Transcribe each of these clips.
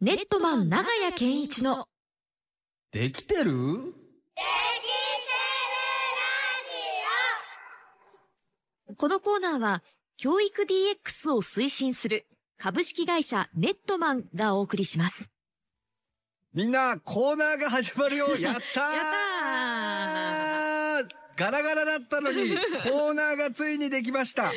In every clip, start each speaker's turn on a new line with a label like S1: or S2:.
S1: ネットマン長屋健一の
S2: できてる
S1: このコーナーは教育 DX を推進する株式会社ネットマンがお送りします。
S2: みんな、コーナーが始まる よやったー
S1: や
S2: ガラガラだったのに、コーナーがついにできました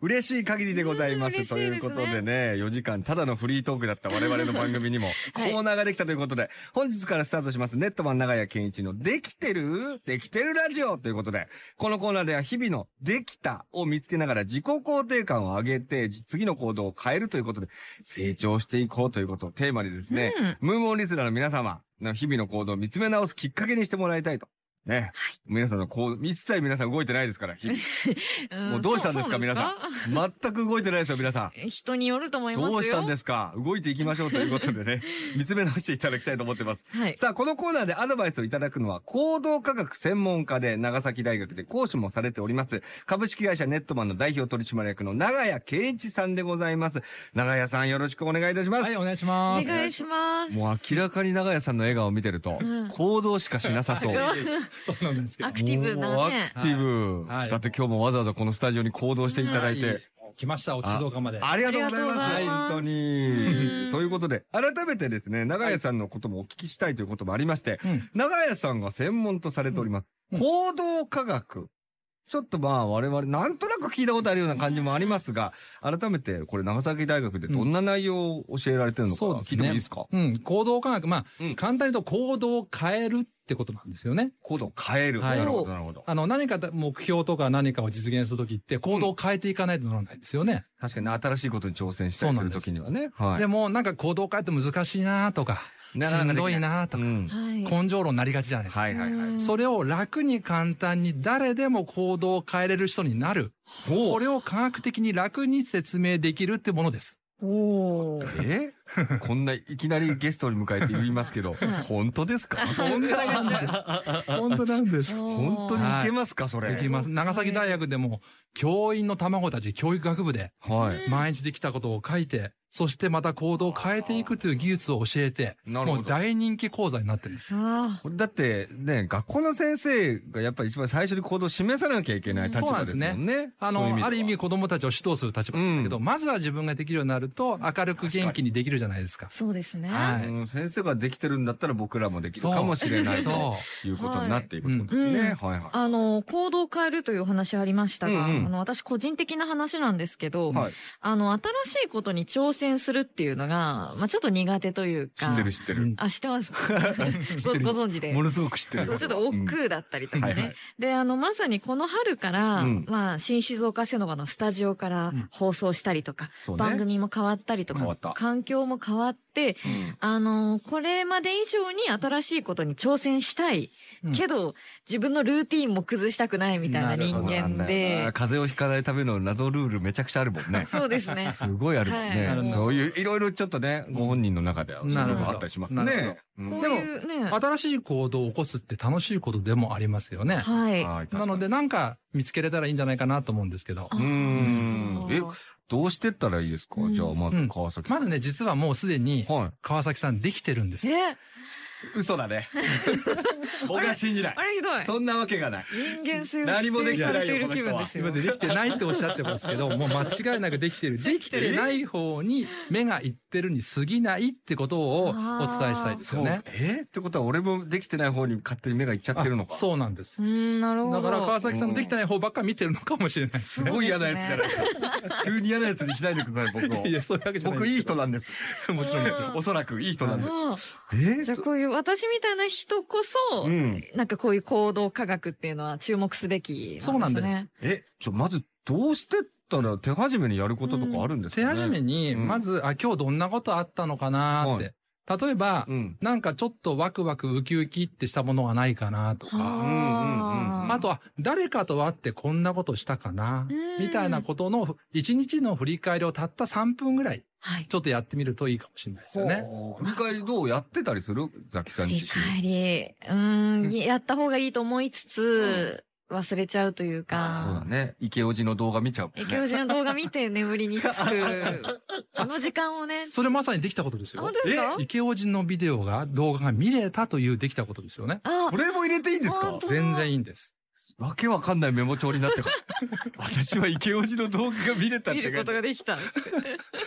S2: 嬉しい限りでございます。
S1: うん嬉しい
S2: ということでね、4時間ただのフリートークだった我々の番組にも、
S1: はい
S2: コーナーができたということで、本日からスタートします、ネットマン長屋健一のできてるできてるラジオということで、このコーナーでは日々のできたを見つけながら自己肯定感を上げて、次の行動を変えるということで、成長していこうということをテーマにですね、
S1: うん
S2: ムームオンリスナーの皆様の日々の行動を見つめ直すきっかけにしてもらいたいと。ね。皆さんのこう、一切皆さん動いてないですか ら、日々もうどうしたんですか皆さ全く動いてないですよ、皆さん。
S1: ん。人によると思いますよ。
S2: どうしたんですか動いていきましょうということで ね、見つめ直していただきたいと思ってます。
S1: はい。
S2: さあ、このコーナーでアドバイスをいただくのは、行動科学専門家で、長崎大学で講師もされております、株式会社ネットマンの代表取締役の長谷圭一さんでございます。長谷さん、よろしくお願いいたします。
S3: はい、お願いし
S1: お
S3: ます。
S1: 願いします。
S2: もう明らかに長屋さんの笑顔を見てると
S1: うん、
S2: 行動しかしなさそう。
S1: は
S2: も
S1: い
S3: そうなんですけど
S1: ア。クティブ
S2: う
S1: な
S2: ア
S1: ね。
S2: クティブ。
S3: はい
S2: だって今日もわざわざこのスタジオに行動していただいて。
S3: はい。来ました、お静岡まで。
S2: ありがとうございます。
S1: ありが
S2: 本
S1: とうございます
S2: 当
S1: うん
S2: に。ということで、改めてですね、長屋さんのこともお聞きしたいということもありまして、
S3: うん。
S2: 長屋さんが専門とされております。
S3: うん
S2: 行動科学。ちょっとまあ我々、なんとなく聞いたことあるような感じもありますが、改めてこれ長崎大学でどんな内容を教えられてるのか
S3: そうですね
S2: 聞いてもいいですか
S3: うん、行動科学。まあ、
S2: うん
S3: 簡単に言うと行動を変えるってことなんですよね。
S2: 行動を変える。
S3: はい
S2: なるほど、なるほど。
S3: あの、何か目標とか何かを実現するときって行動を変えていかないとならないですよね。
S2: 確かに新しいことに挑戦したりするときにはね。は
S3: でも、なんか行動を変えて難しいなとか、
S2: い。なか
S3: し
S2: なんか
S3: ど
S2: で
S3: い
S2: き
S3: なと
S2: う
S3: か、
S2: ん。
S1: はい。
S3: 根性論になりがちじゃないですか。
S2: はいはいはい。
S1: うん
S3: それを楽に簡単に誰でも行動を変えれる人になる。
S2: ほ
S3: これを科学的に楽に説明できるってものです。
S1: おー
S2: えこんないきなりゲストに迎えて言いますけど、本当ですか
S3: 本当なんです。本当なんです。
S2: 本当にいけますかそれ。
S3: できます。長崎大学でも、教員の卵たち、教育学部で、
S2: はい。
S3: 毎日できたことを書いて、そしてまた行動を変えていくという技術を教えて、
S2: なるほ
S3: もう
S2: ど。
S3: 大人気講座になってるんです。
S1: あ
S2: これだってね、学校の先生がやっぱり一番最初に行動を示さなきゃいけない立場ですもんね。
S3: あ
S2: そういう意味
S3: の、
S2: では
S3: ある意味子供たちを指導する立場なんだけど、
S2: う
S3: まずは自分ができるようになると、明るく元気にできるじゃないですか
S1: ー。そうですね。
S3: はい
S2: うん先生ができてるんだったら僕らもできる
S3: そう
S2: かもしれないと
S3: そ
S2: いうことになっているんですね。はいは
S1: あの、行動を変えるというお話ありましたが、
S2: うんうん
S1: あの、私個人的な話なんですけど、
S2: い。はい。
S1: あの、新しいことに挑戦するっていうのが、まあ、ちょっと苦手という
S2: 知
S1: か。
S2: ってる知って
S3: う
S2: る
S3: ん。
S1: あ、知ってます。
S2: 知ってる
S1: ごご存知で
S2: も。のすごく知ってる
S1: そ
S2: よ。
S1: う、ちょっと億劫だったりとかね。
S2: はいはい
S1: で、あの、まさにこの春から、
S2: うん
S1: まあ、新静岡セノバのスタジオから
S3: ん
S1: 放送したりとか、
S2: そうね
S1: 番組も変わったりと
S2: 変わっ
S1: か
S2: た、
S1: 環境も変わって、あの、これまで以上に新しいことに挑戦したい。
S3: うん
S1: けど、自分のルーティンも崩したくないみたいな人間で。
S2: 風邪をひかないための謎ルールめちゃくちゃあるもんね。
S1: そうですね。
S2: すごいあるもんね。
S3: はい
S2: そういう、いろいろちょっとね、ご本人の中では、そういうのがあったりします
S3: なるほど
S2: ね。う
S1: こ
S2: ん
S1: ういうね。
S3: 新しい行動を起こすって楽しいことでもありますよね。
S1: はい。
S2: はい
S3: なので、なんか見つけれたらいいんじゃないかなと思うんですけど
S1: あ。
S2: うーん
S1: なるほど
S2: どうしてったらいいですか
S1: うん
S2: じゃあ、ま
S3: う
S2: ず
S3: ん
S2: 川崎さん。
S3: まずね、実はもうすでに、
S2: は
S3: 川崎さんできてるんですよ。
S1: え、
S2: い。嘘 だね。僕は信じな
S1: あ。れひどい。
S2: んなわけがない。
S1: 人間性を
S2: 何もで
S1: 否定
S2: きて
S1: さ
S2: な
S1: れ
S2: い
S1: て
S2: よ
S1: いる気分
S2: この人は
S1: です
S3: 今
S1: よ。
S3: でできてないっておっしゃってますけど、もう間違いなくできてる。できてない方に目がいってるに過ぎないってことをお伝えしたいです
S2: そ
S3: よ
S2: う。
S3: ね。
S2: えってことは、俺もできてない方に勝手に目がいっちゃってるの
S3: あ
S2: か。
S3: そうなんです
S1: う。ん、なるほど。
S3: だから川崎さん
S2: う
S3: の
S2: ん
S3: できてない方ばっか見てるのかもしれないです
S2: す
S3: ね。
S2: ごい嫌なやつじゃないですか。急に嫌なやつにしないでください、僕を
S3: い。や、そういうわけじゃない
S2: 僕、
S3: です
S2: いい
S3: けど
S2: 人なんです。
S3: もちろんもちろん。
S2: おそらく、いい人なんです。
S1: うん
S2: え
S1: じゃあ
S2: ー
S1: こういう私みたいな人こそ、
S2: うん
S1: なんかこういう行動科学っていうのは注目すべき、
S3: そうなんです。
S2: え、ちょ、まず、どうしてったら手始めにやることとかあるんですか
S3: 手
S2: ね
S3: 始めに、
S2: うん
S3: まず、あ、今日どんなことあったのかなって。例えば、
S2: うん。
S3: なんかちょっとワクワクウキウキってしたものがないかなと
S1: は
S3: か、
S1: あ
S2: うんうんうん
S3: あとは誰かと会ってこんなことしたかな
S1: うん、
S3: みたいなことの一日の振り返りをたった3分ぐらい、
S1: はい。
S3: ちょっとやってみるといいかもしれないですよね。
S2: ほう振り返りどうやってたりするザキさん
S1: 振
S2: 自
S1: り
S2: 身。
S1: 返り、うーん、やった方がいいと思いつつ、
S4: 忘れちゃうという
S2: そう
S4: か
S2: だ、ね。池おじの動画見ちゃうもんね。
S4: え教授の動画見て眠りにつく、 あの時間をね、
S3: それまさにできたことです
S4: あ
S3: よ
S4: 本。当ですか
S3: 池オジのビデオが、動画が見れたというできたことですよね。
S4: あ
S2: こ、れも入れていいんですか
S4: 本当だ
S3: 全然いいんです。
S2: わけわかんないメモ帳になってから。私は池おじの動画が見れたっ
S4: 見
S2: て
S4: るこ
S2: 感じ
S4: と。ができた。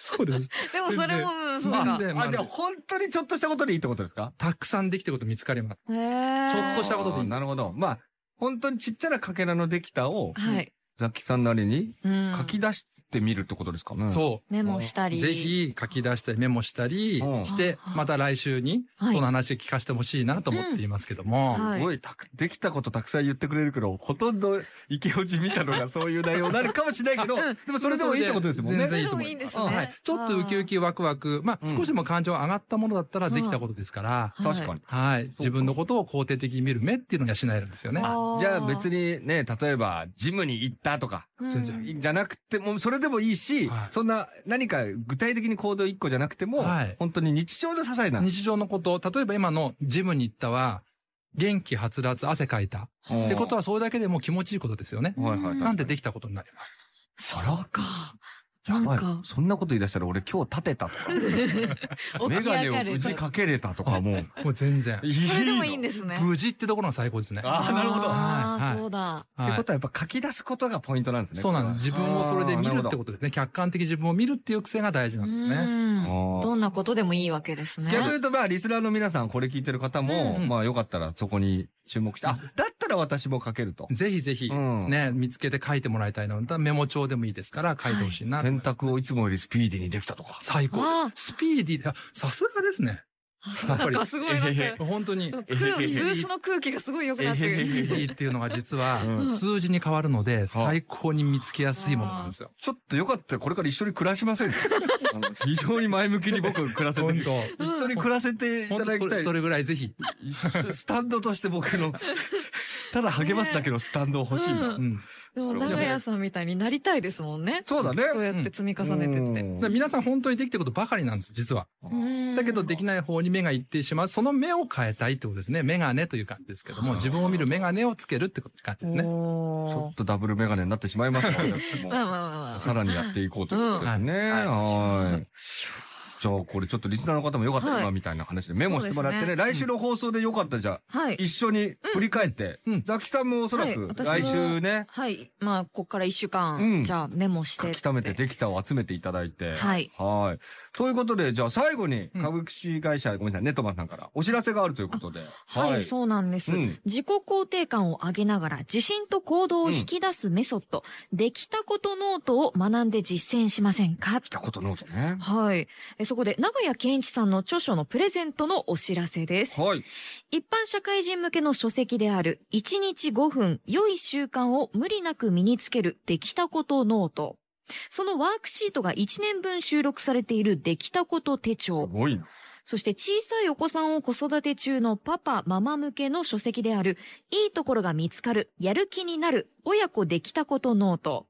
S3: そうです。
S4: でもそれも、うんそう
S3: ま
S4: か
S3: あ。全然
S2: あ、じゃあ本当にちょっとしたことでいいってことですか
S3: たくさんできたこと見つかります。
S4: へー
S3: ちょっとしたことでいい
S2: あーなるほど。まあ、本当にちっちゃなかけらのできたを、
S4: はい。
S2: ザキさんなりに
S4: うん
S2: 書き出してみるってことですかね。
S3: そ
S4: メモした
S3: う。
S4: り。
S3: ぜひ書き出したりメモしたり
S2: うん
S3: して、また来週に
S1: はい
S3: その話聞かせてほしいなと思っていますけども。
S4: は
S2: すごいたく、できたことたくさん言ってくれるけど、ほとんど池おじ見たのがそういう内容になるかもしれないけど、
S4: うん
S2: でもそれでもいいってことですもん
S3: 全。
S2: ね
S3: 然いいと思
S4: で
S3: い
S4: もいいんで
S3: ますす。
S4: ね
S3: うんはい。ちょっとウキウキワクワク。まあ、
S2: うん
S3: 少しでも感情上がったものだったらできたことですから。
S4: はい
S2: 確かに。
S3: はい。自分のことを肯定的に見る目っていうのがしないんですよね。
S4: あー
S2: じゃあ別にね、例えば、ジムに行ったとか、
S4: うん
S3: 全然
S2: じゃなくても、それでもいいし、
S3: はい
S2: そんな何か具体的に行動一個じゃなくても、
S3: はい
S2: 本当に日常の些細な。
S3: 日常のこと、例えば今のジムに行ったは、元気はつらつ、汗かいた。ってことはそれだけでもう気持ちいいことですよね。
S2: はいはい。
S3: なんでできたことになります。
S2: そらか。
S4: な
S2: や
S4: んか
S2: ばい。そんなこと言い出したら俺今日立 てたとか、メ
S4: 起き
S2: ガネ
S4: 上
S2: を
S4: がる
S2: 無事かけれたとかもう。
S3: もう全然。
S4: それでもいいんですね。
S3: 無事ってところが最高ですね。
S2: あーなるほど
S4: あー
S3: はいはい
S4: そうだ。
S2: っ
S3: は
S2: て
S3: い
S2: ことはやっぱ書き出すことがポイントなんですね。
S3: そうなんです。自分をそれで見るって
S2: こ
S3: ことですね。客観的自分を見るっていう癖が大事なんです
S4: う
S3: ね。
S4: ん
S2: とは。
S4: どんなことでもいいわけですね。
S2: 逆に言うと、まあ、リスナーの皆さん、これ聞いてる方も、
S3: うん
S2: まあ、よかったらそこに注目して、あ、だったら私も書けると。
S3: ぜひぜひ、
S2: うん
S3: ね、見つけて書いてもらいたいのだメモ帳でもいいですから書いてほしいな。
S2: 選択をいつもよりスピーディーにできたとか。
S3: 最高。
S4: あ
S3: スピーディーで、あさすがですね。
S4: ー
S3: やっぱ
S4: なん
S3: り
S4: か、すごいなんか、
S3: 本当に。
S4: 空ブースの空気がすごい良くなって
S2: えへへ
S4: る。
S3: スピーディーっていうのが実
S2: う
S3: は
S2: ん
S3: 数字に変わるので最高に見つけやすいものなんですよ。
S2: ちょっとよかったら、これから一緒に暮らし ませんかあの非常に前向きに僕、暮らせて
S3: 本
S2: る。
S3: 当。
S2: 一緒に暮らせていた
S3: 本
S2: だ
S3: 当
S2: き
S3: そ
S2: た
S3: れ
S2: い
S3: そ。れぐらいぜひ。
S2: スタンドとして 僕の、ただ励ますだけのスタンド欲しいな。
S4: う
S3: うん。
S4: でも、長屋さんみたいになりたいですもんね。
S2: そうだね。
S4: そうやって積み重ねてって。
S3: だから皆さん本当にできてることばかりなんです、実は。だけどできない方に目がいってしまう。その目を変えたいってことですね。メガネという感じですけども、自分を見るメガネをつけるってこと感じですね。
S2: ちょ
S4: お
S2: っとダブルメガネになってしまいますけど私
S4: ー
S2: も
S4: まあまあまあまあ。
S2: さらにやっていこうということですね。
S3: うん
S2: は
S3: はいい。
S2: はいじゃあ、これちょっとリスナーの方もよかったら
S4: はい
S2: 今みたいな話でメモしてもらって
S4: そ
S2: ね、
S4: う
S2: 来週の放送でよかったらじゃあ、
S4: はい。
S2: 一緒に振り返って
S3: うん、
S2: ザキさんもおそらく
S4: はい
S2: 来週ね、
S4: はい。まあ、こっから一週
S2: うん
S4: 間、じゃあメモして
S2: 書
S4: っ。
S2: き溜めてできたを集めていただいて。
S4: はい。
S2: はい。ということで、じゃあ最後に
S3: うん
S2: 株式会社、ごめんなさい、ネットマンさんからお知らせがあるということで。
S4: はい、そうなんです。
S2: うん
S1: 自己肯定感を上げながら自信と行動を引き出すメソッド、できたことノートを学んで実践しませんか
S2: 来たことノートね。
S1: はい。えそこで、長谷健一さんの著書のプレゼントのお知らせです。
S2: はい。
S1: 一般社会人向けの書籍である、1日5分良い習慣を無理なく身につけるできたことノート。そのワークシートが1年分収録されているできたこと手
S2: す
S1: 帳。
S2: ごいな。
S1: そして小さいお子さんを子育て中のパパ、ママ向けの書籍である、いいところが見つかる、やる気になる、親子できたことノート。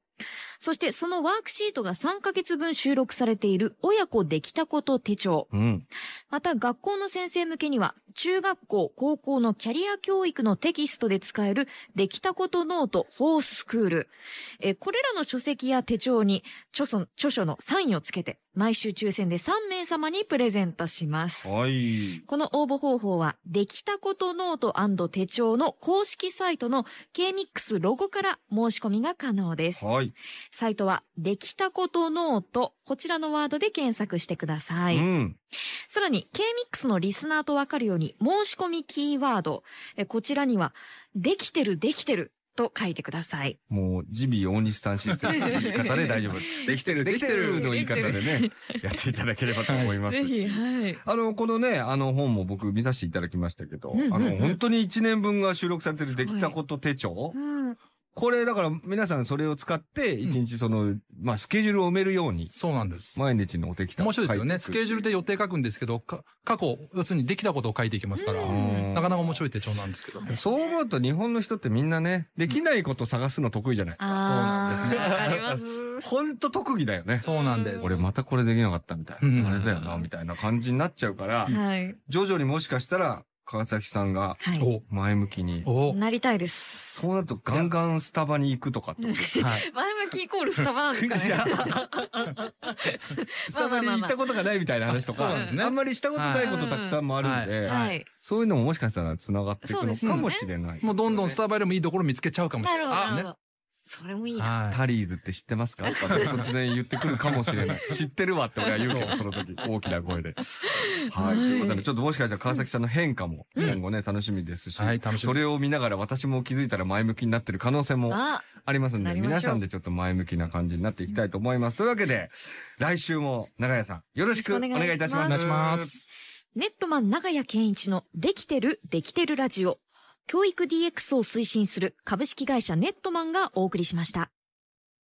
S1: そしてそのワークシートが3ヶ月分収録されている、親子できたこと手帳。
S2: うん。
S1: また学校の先生向けには、中学校、高校のキャリア教育のテキストで使える、できたことノート、フォースクール。えーこれらの書籍や手帳に、著書著書のサインをつけて、毎週抽選で3名様にプレゼントします。
S2: はい。
S1: この応募方法は、できたことノート手帳の公式サイトの KMIX ロゴから申し込みが可能です。
S2: はい。
S1: サイトは、できたことノート、こちらのワードで検索してください。
S2: うん。
S1: さらに、K-MIX のリスナーとわかるように、申し込みキーワード、えこちらには、できてる、できてる、と書いてください。
S2: もう、ジビー大西さんシステムの言い方で大丈夫 です。できてる、できてるの言い方でね、やっていただければと思 います
S4: ぜひ、
S2: し。
S4: はい。
S2: あの、このね、あの本も僕見させていただきましたけど、
S1: んうんうん
S2: あの、本当に1年分が収録されてるできたこと手帳
S4: うん。
S2: これだから皆さんそれを使って、1日その、まあ、スケジュールを埋めるように、
S3: そうなんです。
S2: 毎日のお手きた
S3: 面白いですよね。スケジュー
S2: ル。
S3: ルで予定書くんですけど、か過去、要するにできたことを書いていきますから、
S2: うん
S3: なかなか面白い手帳なんですけど。
S2: そう思うと日本の人ってみんなね、できないこと探すの得意じゃないですか。
S1: あー
S3: そうな
S4: わか
S3: んですね。
S4: ります。
S2: ほんと特技だよね。
S3: そうなんです。
S2: 俺またこれできなかったみたい
S3: うん
S2: な。あれだよな、みたいな感じになっちゃうから、
S4: はい。
S2: 徐々にもしかしたら、川崎さんが
S1: はい。
S3: お
S2: 前向きに。
S3: お
S1: なりたいです。
S2: そうなるとガンガンスタバに行くとかってことです
S3: は い。
S1: 前向きイコールスタバなんですか
S2: いや
S1: ね。
S2: スタバに行ったことがないみたいな話と
S3: そう
S2: か
S3: なんですね
S2: あんまりしたことないことたくさんもあるんで、
S3: はい
S1: はい。
S2: そういうのももしかしたら繋がっていくのかもしれない。
S3: もうどんどんスタバよりもいいところ見つけちゃうかもし
S1: な
S3: れな
S1: る
S3: い
S1: ほど、なる
S3: です
S1: ほ
S3: ね。
S1: ど。それもいいな。
S3: は
S2: タリーズって知ってますかとか突然言ってくるかもしれない。知ってるわって俺は言うけど、その時、大きな声で。はい。ということで、ちょっともしかしたら川崎さんの変化も
S1: うん
S2: 今後ね、楽しみですし、
S3: はい楽しみ
S2: それを見ながら私も気づいたら前向きになってる可能性も
S1: あ、
S2: ありますんで、
S1: なりましょう
S2: 皆さんでちょっと前向きな感じになっていきたいと思います。というわけで、来週も長谷さん、よろしく
S1: よ
S2: お
S1: ろしくお願い
S2: 願いいたし
S3: い。
S2: ま
S3: お
S2: す。
S3: 願いします。
S1: ネットマン長屋健一のできてる、できてるラジオ。教育 DX を推進する株式会社ネットマンがお送りしました。